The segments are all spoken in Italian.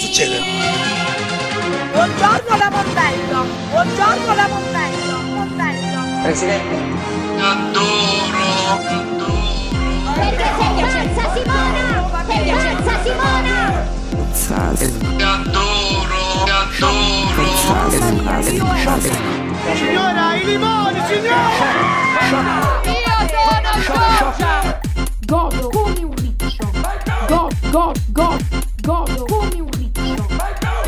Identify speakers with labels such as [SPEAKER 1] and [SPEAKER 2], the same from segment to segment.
[SPEAKER 1] succede?
[SPEAKER 2] Buongiorno la Montella, buongiorno la Montella, Montella.
[SPEAKER 3] Presidente,
[SPEAKER 1] Adoro, adoro.
[SPEAKER 4] Perché sei pazza Simona! Sei pazza Simona!
[SPEAKER 1] Adoro, adoro.
[SPEAKER 4] Io sono
[SPEAKER 5] Godo come un riccio. Go, go, go, godo come un riccio.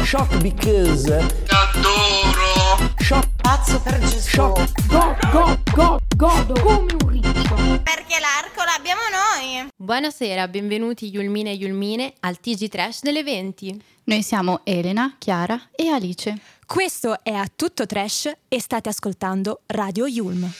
[SPEAKER 6] Shock because
[SPEAKER 1] Adoro.
[SPEAKER 6] shock
[SPEAKER 3] pazzo per Gesù.
[SPEAKER 6] shock
[SPEAKER 5] Go, go, go, godo come un riccio.
[SPEAKER 2] Perché l'arco l'abbiamo noi.
[SPEAKER 7] Buonasera, benvenuti Yulmine e Yulmine al TG Trash delle 20.
[SPEAKER 8] Noi siamo Elena, Chiara e Alice.
[SPEAKER 9] Questo è A Tutto Trash e state ascoltando Radio Yulm.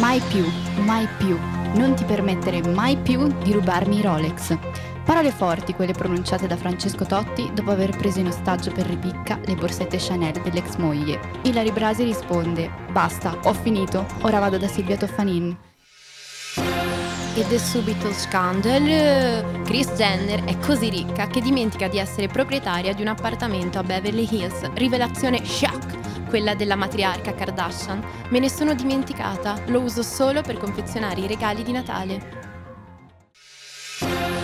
[SPEAKER 8] Mai più, mai più. Non ti permettere mai più di rubarmi i Rolex. Parole forti quelle pronunciate da Francesco Totti dopo aver preso in ostaggio per ripicca le borsette Chanel dell'ex moglie. Ilari Brasi risponde: Basta, ho finito, ora vado da Silvia Toffanin.
[SPEAKER 7] Ed è subito scandal. eh, Chris Jenner è così ricca che dimentica di essere proprietaria di un appartamento a Beverly Hills. Rivelazione shock, quella della matriarca Kardashian. Me ne sono dimenticata, lo uso solo per confezionare i regali di Natale.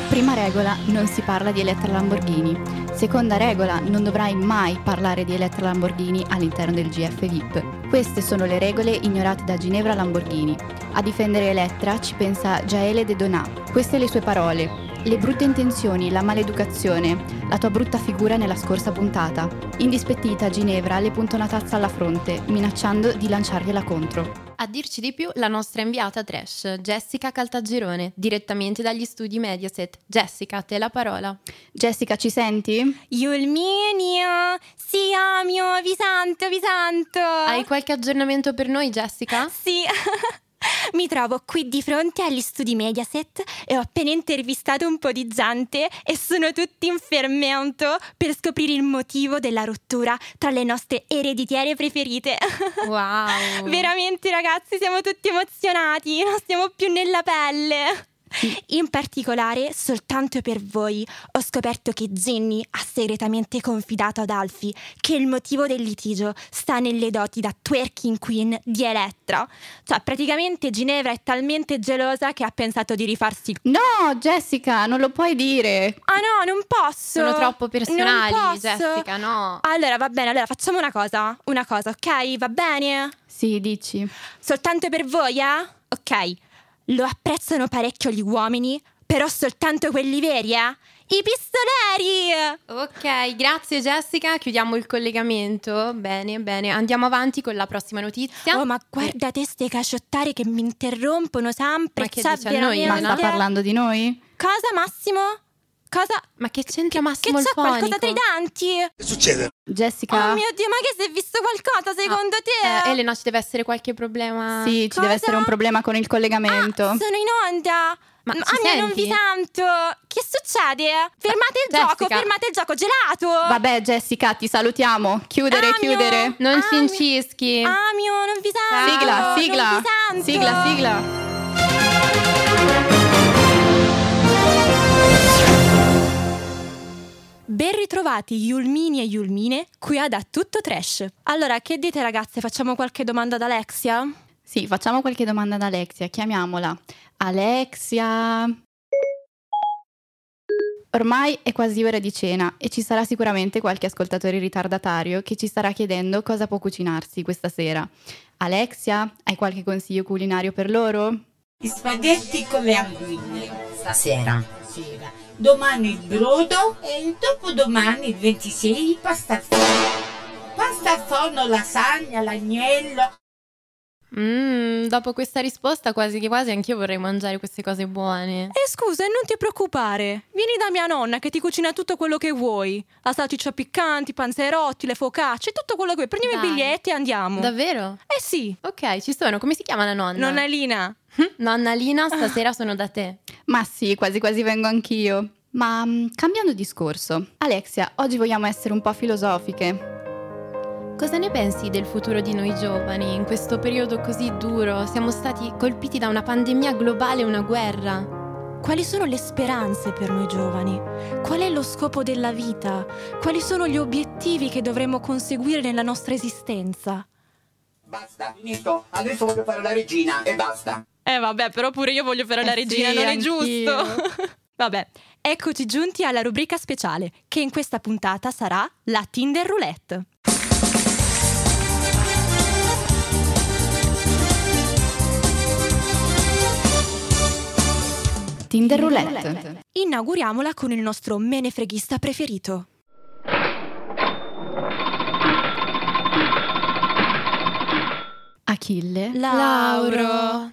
[SPEAKER 8] Prima regola, non si parla di Elettra Lamborghini. Seconda regola, non dovrai mai parlare di Elettra Lamborghini all'interno del GF VIP. Queste sono le regole ignorate da Ginevra Lamborghini. A difendere Elettra ci pensa Jaele De Donà. Queste le sue parole. Le brutte intenzioni, la maleducazione, la tua brutta figura nella scorsa puntata. Indispettita, Ginevra le punta una tazza alla fronte, minacciando di lanciargliela contro.
[SPEAKER 7] A dirci di più la nostra inviata trash, Jessica Caltagirone, direttamente dagli studi Mediaset. Jessica, a te la parola.
[SPEAKER 8] Jessica, ci senti?
[SPEAKER 9] Yulminio, si amio, vi santo, vi santo.
[SPEAKER 7] Hai qualche aggiornamento per noi, Jessica?
[SPEAKER 9] Sì. Mi trovo qui di fronte agli studi Mediaset e ho appena intervistato un po' di gente e sono tutti in fermento per scoprire il motivo della rottura tra le nostre ereditiere preferite.
[SPEAKER 7] Wow!
[SPEAKER 9] Veramente ragazzi siamo tutti emozionati, non stiamo più nella pelle. In particolare, soltanto per voi, ho scoperto che Ginny ha segretamente confidato ad Alfie che il motivo del litigio sta nelle doti da twerking queen di Elettra. Cioè, praticamente Ginevra è talmente gelosa che ha pensato di rifarsi il...
[SPEAKER 8] No, Jessica, non lo puoi dire.
[SPEAKER 9] Ah no, non posso!
[SPEAKER 7] Sono troppo personali,
[SPEAKER 9] Non posso.
[SPEAKER 7] Jessica, no.
[SPEAKER 9] Allora, va bene, allora facciamo una cosa, una cosa, ok? Va bene?
[SPEAKER 8] Sì, dici.
[SPEAKER 9] Soltanto per voi, eh? Ok, lo apprezzano parecchio gli uomini, però soltanto quelli veri, eh? I pistoleri!
[SPEAKER 7] Ok, grazie Jessica, chiudiamo il collegamento. Bene, bene, andiamo avanti con la prossima notizia.
[SPEAKER 9] Oh, ma guardate ste caciottari che mi interrompono sempre.
[SPEAKER 7] Ma che
[SPEAKER 9] cioè,
[SPEAKER 7] dice a noi,
[SPEAKER 8] Ma
[SPEAKER 9] veramente-
[SPEAKER 8] sta
[SPEAKER 7] Elena?
[SPEAKER 8] parlando di noi?
[SPEAKER 9] Cosa, Massimo? Cosa?
[SPEAKER 7] Ma che c'entra
[SPEAKER 9] Che
[SPEAKER 7] Massimo il
[SPEAKER 9] c'è qualcosa
[SPEAKER 7] fonico?
[SPEAKER 9] tra i denti?
[SPEAKER 1] Che succede?
[SPEAKER 8] Jessica?
[SPEAKER 9] Oh mio Dio, ma che si è visto qualcosa secondo te?
[SPEAKER 7] Ah. Eh, Elena, ci deve essere qualche problema.
[SPEAKER 8] Sì, ci
[SPEAKER 9] cosa?
[SPEAKER 8] deve essere un problema con il collegamento.
[SPEAKER 9] Ah, sono in onda!
[SPEAKER 7] Ma
[SPEAKER 9] Mm,
[SPEAKER 7] ci
[SPEAKER 9] ah, mia, non
[SPEAKER 7] senti?
[SPEAKER 9] vi sento! Che succede? Fermate il gioco,
[SPEAKER 7] Jessica.
[SPEAKER 9] fermate il gioco, gelato!
[SPEAKER 8] Vabbè, Jessica, ti salutiamo. Chiudere,
[SPEAKER 9] Amio.
[SPEAKER 8] chiudere.
[SPEAKER 7] Non
[SPEAKER 9] Ah,
[SPEAKER 7] si
[SPEAKER 9] mi- Ah.
[SPEAKER 7] incischi.
[SPEAKER 9] Amio, non vi sento!
[SPEAKER 8] Sigla,
[SPEAKER 9] non
[SPEAKER 8] sigla.
[SPEAKER 9] vi sento.
[SPEAKER 8] Sigla, sigla.
[SPEAKER 9] Ben ritrovati Yulmini e Yulmine qui ad A Tutto Trash. Allora, che dite ragazze, facciamo qualche domanda ad Alexia?
[SPEAKER 8] Sì, facciamo qualche domanda ad Alexia. Chiamiamola. Alexia. Ormai è quasi ora di cena e ci sarà sicuramente qualche ascoltatore ritardatario che ci starà chiedendo cosa può cucinarsi questa sera. Alexia, hai qualche consiglio culinario per loro?
[SPEAKER 10] Spaghetti con le anguille stasera. Sera. Domani il brodo e dopodomani il 26 il pastaforno. Pastaforno, lasagna, l'agnello.
[SPEAKER 7] Mm, dopo questa risposta, quasi che quasi anch'io vorrei mangiare queste cose buone.
[SPEAKER 9] Eh scusa, e non ti preoccupare, vieni da mia nonna che ti cucina tutto quello che vuoi. La salsiccia piccante, i panzerotti, le focacce, tutto quello che vuoi. Prendiamo
[SPEAKER 7] Dai.
[SPEAKER 9] i biglietti e andiamo.
[SPEAKER 7] Davvero?
[SPEAKER 9] eh sì,
[SPEAKER 7] Ok, ci sono. Come si chiama la nonna?
[SPEAKER 9] nonna Lina.
[SPEAKER 7] Nonna Lina, stasera sono da te.
[SPEAKER 8] Ma sì, quasi quasi vengo anch'io. Ma mm, cambiando discorso, Alexia, oggi vogliamo essere un po' filosofiche.
[SPEAKER 7] Cosa ne pensi del futuro di noi giovani in questo periodo così duro? Siamo stati colpiti da una pandemia globale e una guerra.
[SPEAKER 9] Quali sono le speranze per noi giovani? Qual è lo scopo della vita? Quali sono gli obiettivi che dovremmo conseguire nella nostra esistenza?
[SPEAKER 11] Basta, finisco. Adesso voglio fare la regina e basta.
[SPEAKER 9] Eh vabbè, però pure io voglio fare la
[SPEAKER 7] Eh sì,
[SPEAKER 9] regina, non è
[SPEAKER 7] anch'io.
[SPEAKER 9] giusto. vabbè, eccoci giunti alla rubrica speciale, che in questa puntata sarà la Tinder Roulette.
[SPEAKER 8] Tinder Roulette.
[SPEAKER 9] Inauguriamola con il nostro menefreghista preferito.
[SPEAKER 8] Achille.
[SPEAKER 7] Lauro.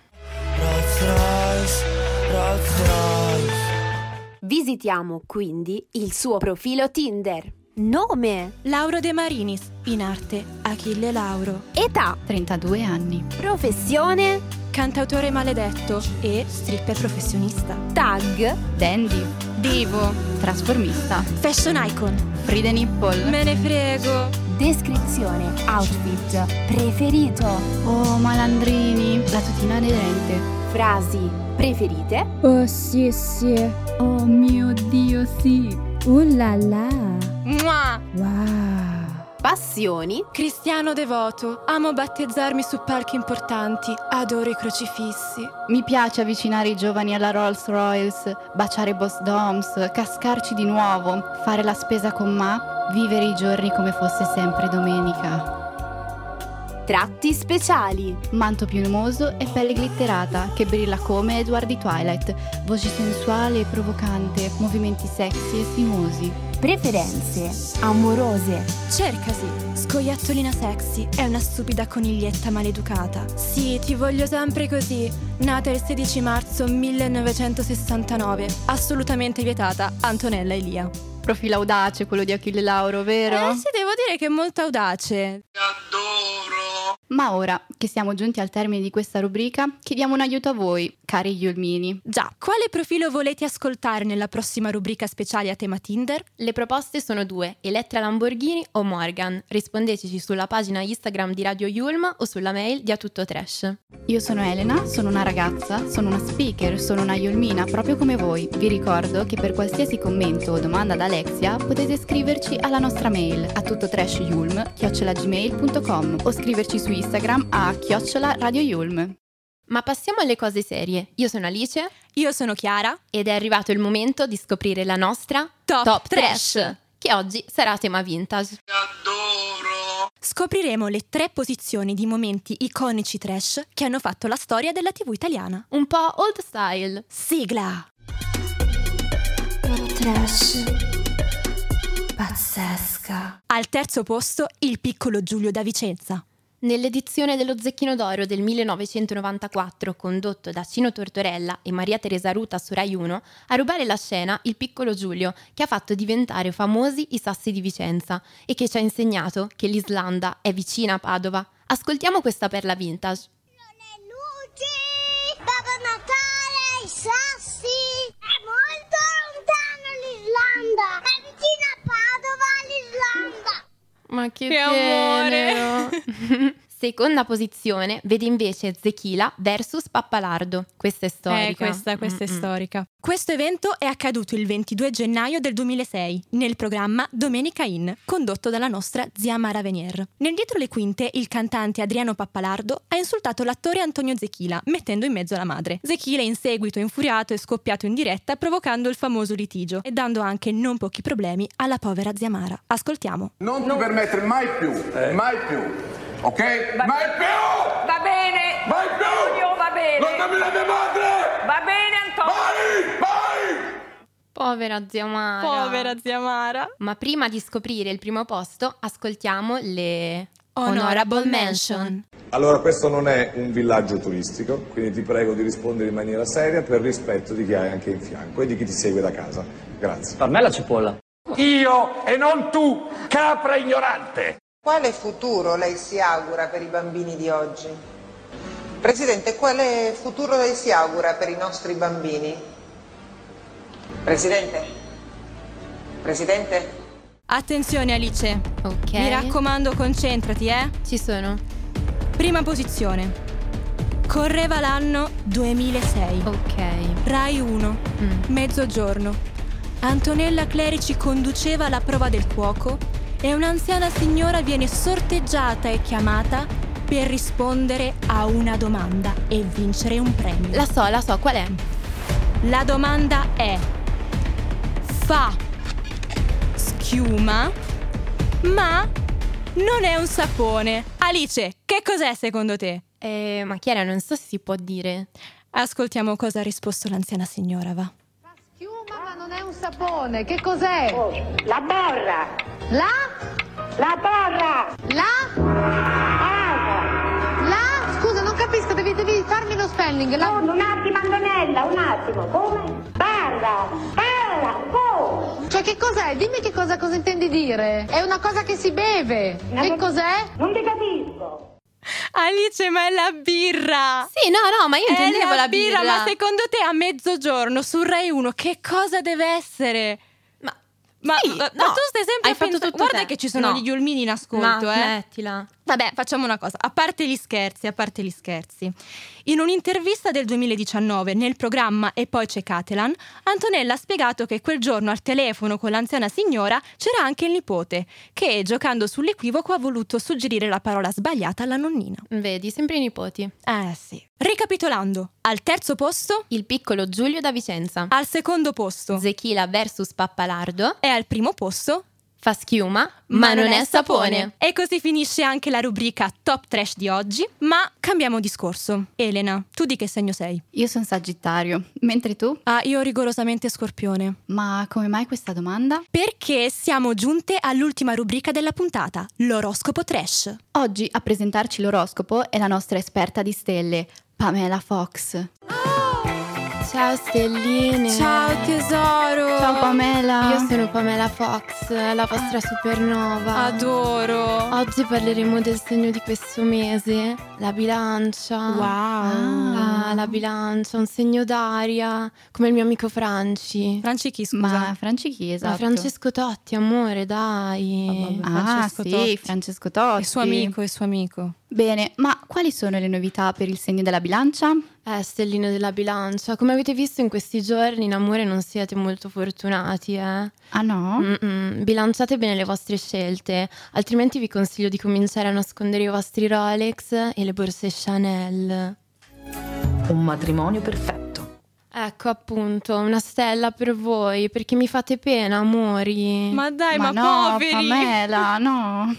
[SPEAKER 12] Visitiamo quindi il suo profilo Tinder. Nome,
[SPEAKER 9] Lauro De Marinis, in arte Achille Lauro.
[SPEAKER 12] età,
[SPEAKER 8] 32 anni.
[SPEAKER 12] professione,
[SPEAKER 9] Cantautore maledetto e stripper professionista.
[SPEAKER 12] tag,
[SPEAKER 8] Dandy.
[SPEAKER 9] Divo.
[SPEAKER 8] Trasformista.
[SPEAKER 9] Fashion icon.
[SPEAKER 8] Frida Nipple.
[SPEAKER 9] Me ne frego.
[SPEAKER 12] descrizione, outfit, preferito,
[SPEAKER 8] Oh, malandrini. La tutina aderente.
[SPEAKER 12] frasi preferite,
[SPEAKER 4] Oh sì sì, oh mio dio sì, uh la la,
[SPEAKER 9] Mua!
[SPEAKER 4] wow.
[SPEAKER 12] passioni,
[SPEAKER 9] Cristiano devoto. Amo battezzarmi su palchi importanti. Adoro i crocifissi.
[SPEAKER 8] Mi piace avvicinare i giovani alla Rolls Royce, baciare Boss Doms, cascarci di nuovo, fare la spesa con Ma, vivere i giorni come fosse sempre domenica.
[SPEAKER 12] tratti speciali,
[SPEAKER 8] Manto piumoso e pelle glitterata che brilla come Edward di Twilight, voce sensuale e provocante, movimenti sexy e sinuosi.
[SPEAKER 12] preferenze, amorose,
[SPEAKER 9] Cercasi. Scoiattolina sexy. È una stupida coniglietta maleducata. Sì, ti voglio sempre così. Nata il 16 marzo 1969. Assolutamente vietata. Antonella Elia.
[SPEAKER 8] Profilo audace quello di Achille Lauro, vero?
[SPEAKER 9] Eh sì, devo dire che è molto audace.
[SPEAKER 1] adoro,
[SPEAKER 8] Ma ora che siamo giunti al termine di questa rubrica, chiediamo un aiuto a voi, cari Yulmini.
[SPEAKER 9] Già, quale profilo volete ascoltare nella prossima rubrica speciale a tema Tinder?
[SPEAKER 7] Le proposte sono due, Elettra Lamborghini o Morgan. Rispondeteci sulla pagina Instagram di Radio Yulm o sulla mail di A Tutto Trash.
[SPEAKER 8] Io sono Elena, sono una ragazza, sono una speaker, sono una Yulmina, proprio come voi. Vi ricordo che per qualsiasi commento o domanda ad Alexia potete scriverci alla nostra mail a tuttotrashyulm@gmail.com o scriverci su Instagram a chiocciola radio Yulm.
[SPEAKER 7] Ma passiamo alle cose serie. Io sono Alice
[SPEAKER 9] Io sono Chiara.
[SPEAKER 7] ed è arrivato il momento di scoprire la nostra
[SPEAKER 9] Top
[SPEAKER 7] Trash,
[SPEAKER 9] Trash.
[SPEAKER 7] che oggi sarà a tema vintage.
[SPEAKER 1] adoro,
[SPEAKER 9] Scopriremo le tre posizioni di momenti iconici trash che hanno fatto la storia della TV italiana.
[SPEAKER 7] Un po' old style.
[SPEAKER 9] Sigla!
[SPEAKER 4] Trash. Pazzesca.
[SPEAKER 9] Al terzo posto il piccolo Giulio da Vicenza.
[SPEAKER 7] Nell'edizione dello Zecchino d'Oro del 1994, condotto da Cino Tortorella e Maria Teresa Ruta su Rai 1, a rubare la scena il piccolo Giulio, che ha fatto diventare famosi i sassi di Vicenza e che ci ha insegnato che l'Islanda è vicina a Padova. Ascoltiamo questa perla vintage.
[SPEAKER 4] Le luci! Babbo Natale, i sassi! È molto lontano l'Islanda! È vicino a Padova l'Islanda!
[SPEAKER 7] Ma che,
[SPEAKER 9] tenero.
[SPEAKER 7] amore! Seconda posizione vede invece Zechila versus Pappalardo. Eh, Questa è storica.
[SPEAKER 9] Eh,
[SPEAKER 7] Mm, Mm-mm.
[SPEAKER 9] storica. Questo evento è accaduto il 22 gennaio del 2006 nel programma Domenica In, condotto dalla nostra zia Mara Venier. Nel dietro le quinte il cantante Adriano Pappalardo ha insultato l'attore Antonio Zechila, mettendo in mezzo la madre. Zechila in seguito infuriato è scoppiato in diretta provocando il famoso litigio e dando anche non pochi problemi alla povera zia Mara. Ascoltiamo.
[SPEAKER 13] Non ti permettere mai più, mai più, ok? mai più!
[SPEAKER 2] Va bene.
[SPEAKER 13] Mai più!
[SPEAKER 2] Antonio, va bene.
[SPEAKER 13] Non nominare mia madre!
[SPEAKER 2] Va bene Antonio.
[SPEAKER 13] Mai! Mai!
[SPEAKER 7] Povera zia Mara.
[SPEAKER 9] zia Mara.
[SPEAKER 7] Ma prima di scoprire il primo posto, ascoltiamo le
[SPEAKER 9] Honorable mention.
[SPEAKER 13] Allora, questo non è un villaggio turistico, quindi ti prego di rispondere in maniera seria per rispetto di chi hai anche in fianco e di chi ti segue da casa. Grazie.
[SPEAKER 6] Per me la cipolla.
[SPEAKER 13] Io e non tu, capra ignorante!
[SPEAKER 3] Quale futuro lei si augura per i bambini di oggi? Presidente, quale futuro lei si augura per i nostri bambini? Presidente? Presidente?
[SPEAKER 9] Attenzione Alice.
[SPEAKER 7] Ok.
[SPEAKER 9] Mi raccomando, concentrati, eh.
[SPEAKER 7] Ci sono.
[SPEAKER 9] Prima posizione. Correva l'anno 2006.
[SPEAKER 7] Ok. Mm.
[SPEAKER 9] Rai 1. Mezzogiorno. Antonella Clerici conduceva la prova del cuoco e un'anziana signora viene sorteggiata e chiamata per rispondere a una domanda e vincere un premio.
[SPEAKER 7] La so, la so, qual è?
[SPEAKER 9] La domanda è fa schiuma, ma non è un sapone. Alice, che cos'è secondo te?
[SPEAKER 7] Eh, ma Chiara, non so se si può dire.
[SPEAKER 9] Ascoltiamo cosa ha risposto l'anziana signora, va.
[SPEAKER 14] Schiuma, ma non è un sapone. Eh, Che cos'è?
[SPEAKER 15] Oh, La borra!
[SPEAKER 14] La?
[SPEAKER 15] La borra! Ah.
[SPEAKER 14] La? La? Scusa, non capisco, devi, devi farmi lo spelling. La...
[SPEAKER 15] Con Oh, un attimo, Antonella, un attimo. Come? Barra! Barra! Oh!
[SPEAKER 14] Cioè, che cos'è? Dimmi che cosa, cosa intendi dire. È una cosa che si beve.
[SPEAKER 15] Non
[SPEAKER 14] che
[SPEAKER 15] ti-
[SPEAKER 14] cos'è?
[SPEAKER 15] Non ti capisco!
[SPEAKER 9] Alice, ma è la birra!
[SPEAKER 7] Sì, no, no, ma io
[SPEAKER 9] è
[SPEAKER 7] intendevo
[SPEAKER 9] la,
[SPEAKER 7] la birra.
[SPEAKER 9] ma secondo te a mezzogiorno su Rai 1 che cosa deve essere?
[SPEAKER 7] Ma-
[SPEAKER 9] ma, eh,
[SPEAKER 7] sì,
[SPEAKER 9] ma-
[SPEAKER 7] no,
[SPEAKER 9] ma tu stai sempre
[SPEAKER 7] hai
[SPEAKER 9] a
[SPEAKER 7] fatto
[SPEAKER 9] pensa-
[SPEAKER 7] tutto
[SPEAKER 9] Guarda
[SPEAKER 7] te.
[SPEAKER 9] che ci sono
[SPEAKER 7] No.
[SPEAKER 9] gli ulmini in
[SPEAKER 7] Ma
[SPEAKER 9] ascolto, eh.
[SPEAKER 7] smettila.
[SPEAKER 9] Vabbè, facciamo una cosa, a parte gli scherzi, a parte gli scherzi. In un'intervista del 2019 nel programma E poi c'è Catalan, Antonella ha spiegato che quel giorno al telefono con l'anziana signora c'era anche il nipote, che giocando sull'equivoco ha voluto suggerire la parola sbagliata alla nonnina.
[SPEAKER 7] Vedi, sempre i nipoti.
[SPEAKER 9] Eh sì. Ricapitolando, al terzo posto,
[SPEAKER 7] Il piccolo Giulio da Vicenza.
[SPEAKER 9] al secondo posto
[SPEAKER 7] Zechila versus Pappalardo.
[SPEAKER 9] e al primo posto
[SPEAKER 7] Fa schiuma, ma, non, è sapone.
[SPEAKER 9] E così finisce anche la rubrica Top Trash di oggi, ma cambiamo discorso. Elena, tu di che segno sei?
[SPEAKER 8] Io sono Sagittario, mentre tu?
[SPEAKER 9] Ah, io rigorosamente scorpione.
[SPEAKER 8] Ma come mai questa domanda?
[SPEAKER 9] Perché siamo giunte all'ultima rubrica della puntata, l'oroscopo trash.
[SPEAKER 8] Oggi a presentarci l'oroscopo è la nostra esperta di stelle, Pamela Fox.
[SPEAKER 7] Ciao stelline.
[SPEAKER 9] tesoro.
[SPEAKER 8] Ciao Pamela. Ah.
[SPEAKER 7] Io sono Pamela Fox, la vostra supernova.
[SPEAKER 9] Adoro.
[SPEAKER 7] Oggi parleremo del segno di questo mese, la bilancia.
[SPEAKER 9] Wow.
[SPEAKER 7] Ah, la bilancia, un segno d'aria, come il mio amico Franci.
[SPEAKER 9] Franci chi scusa?
[SPEAKER 8] Ma Franci chi esatto?
[SPEAKER 7] Ma Francesco Totti, amore, dai.
[SPEAKER 9] Vabbè.
[SPEAKER 8] Ah
[SPEAKER 9] Francesco
[SPEAKER 8] sì,
[SPEAKER 9] Totti.
[SPEAKER 8] Francesco Totti.
[SPEAKER 9] È suo amico, è suo amico.
[SPEAKER 8] Bene, ma quali sono le novità per il segno della bilancia?
[SPEAKER 7] Eh, stellino della bilancia, come avete visto in questi giorni in amore non siete molto fortunati, eh.
[SPEAKER 8] Ah no?
[SPEAKER 7] Mm-mm. Bilanciate bene le vostre scelte, altrimenti vi consiglio di cominciare a nascondere i vostri Rolex e le borse Chanel.
[SPEAKER 16] Un matrimonio perfetto.
[SPEAKER 7] Ecco appunto, una stella per voi, perché mi fate pena, amori.
[SPEAKER 9] Ma dai, ma,
[SPEAKER 8] no,
[SPEAKER 9] poveri.
[SPEAKER 8] Pamela, no.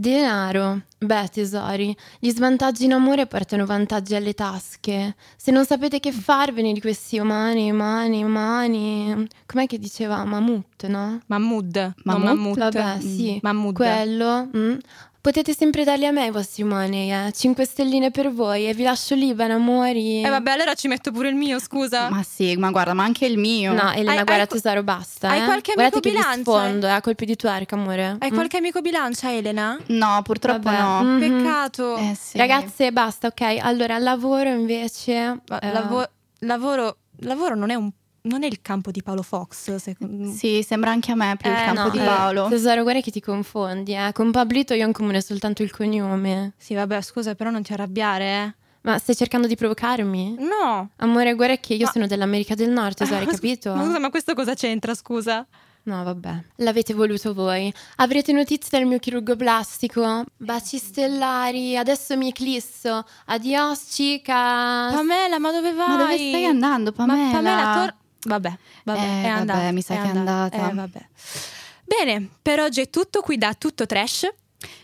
[SPEAKER 7] Denaro. Beh, tesori, gli svantaggi in amore portano vantaggi alle tasche. Se non sapete che farvene di questi umani, umani, umani. Com'è che diceva Mammut, no?
[SPEAKER 9] Mahmood. no, Mm.
[SPEAKER 8] Mahmood?
[SPEAKER 9] Mahmood.
[SPEAKER 7] Vabbè, sì.
[SPEAKER 9] Mahmood.
[SPEAKER 7] Quello. mm. Potete sempre darli a me i vostri umani, eh. 5 stelline per voi e vi lascio libera, amori.
[SPEAKER 9] E Eh, vabbè, allora ci metto pure il mio, scusa.
[SPEAKER 8] Ma sì, ma guarda, ma anche il mio.
[SPEAKER 7] No, Elena,
[SPEAKER 9] Hai-
[SPEAKER 7] guarda
[SPEAKER 9] hai-
[SPEAKER 7] tesoro, basta.
[SPEAKER 9] hai
[SPEAKER 7] eh.
[SPEAKER 9] qualche
[SPEAKER 7] Guardate
[SPEAKER 9] amico
[SPEAKER 7] che vi
[SPEAKER 9] bilancia?
[SPEAKER 7] sfondo, eh, a colpi di tuerca, amore.
[SPEAKER 9] Hai
[SPEAKER 7] Mm.
[SPEAKER 9] qualche amico bilancia, Elena? Mm-hmm.
[SPEAKER 8] No, purtroppo
[SPEAKER 7] Vabbè.
[SPEAKER 8] no.
[SPEAKER 7] Mm. Mhm.
[SPEAKER 9] Peccato.
[SPEAKER 8] Eh, sì.
[SPEAKER 7] Ragazze, basta, ok. Allora, al lavoro invece.
[SPEAKER 9] Ma
[SPEAKER 7] eh,
[SPEAKER 9] lavo- lavoro, lavoro non, è un- non è il campo di Paolo Fox, secondo
[SPEAKER 8] Mm. Sì, sembra anche a me più il
[SPEAKER 9] Eh,
[SPEAKER 8] campo
[SPEAKER 7] no,
[SPEAKER 8] di
[SPEAKER 7] eh,
[SPEAKER 8] Paolo.
[SPEAKER 7] tesoro, guarda che ti confondi, eh. Con Pablito io ho in comune soltanto il cognome.
[SPEAKER 9] Sì, vabbè, scusa, però non ti arrabbiare,
[SPEAKER 7] Ma stai cercando di provocarmi?
[SPEAKER 9] eh. No.
[SPEAKER 7] Amore, guarda che io
[SPEAKER 9] Ma-
[SPEAKER 7] sono dell'America del Nord, tesoro, hai
[SPEAKER 9] Ma scu-
[SPEAKER 7] capito?
[SPEAKER 9] Ma scusa, ma questo cosa c'entra, scusa?
[SPEAKER 7] No, vabbè. L'avete voluto voi. Avrete notizie dal mio chirurgo plastico? Baci stellari, adesso mi eclisso. Adios, chicas.
[SPEAKER 9] Pamela, ma dove vai?
[SPEAKER 8] Ma dove stai andando, Pamela?
[SPEAKER 9] Ma Pamela, tor- Vabbè, vabbè,
[SPEAKER 8] Eh,
[SPEAKER 9] è
[SPEAKER 8] vabbè,
[SPEAKER 9] andata.
[SPEAKER 8] mi sa che è andata.
[SPEAKER 9] Eh, vabbè. Bene, per oggi è tutto qui da Tutto Trash.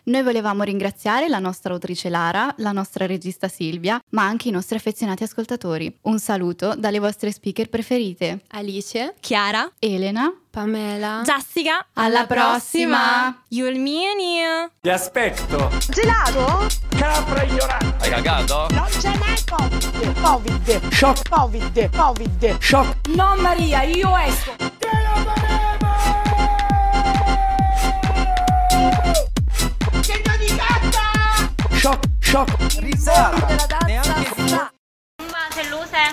[SPEAKER 8] Noi volevamo ringraziare la nostra autrice Lara, la nostra regista Silvia, ma anche i nostri affezionati ascoltatori. Un saluto dalle vostre speaker preferite.
[SPEAKER 7] Alice,
[SPEAKER 9] Chiara,
[SPEAKER 8] Elena,
[SPEAKER 7] Pamela.
[SPEAKER 9] Jessica,
[SPEAKER 8] Alla prossima.
[SPEAKER 9] Yulmini.
[SPEAKER 6] Ti aspetto.
[SPEAKER 2] Gelato?
[SPEAKER 6] Capra ignorante.
[SPEAKER 11] Hai cagato?
[SPEAKER 2] Non ce n'è Covid. Covid.
[SPEAKER 6] Shock.
[SPEAKER 2] Covid. Covid.
[SPEAKER 6] Shock.
[SPEAKER 2] No Maria, io esco.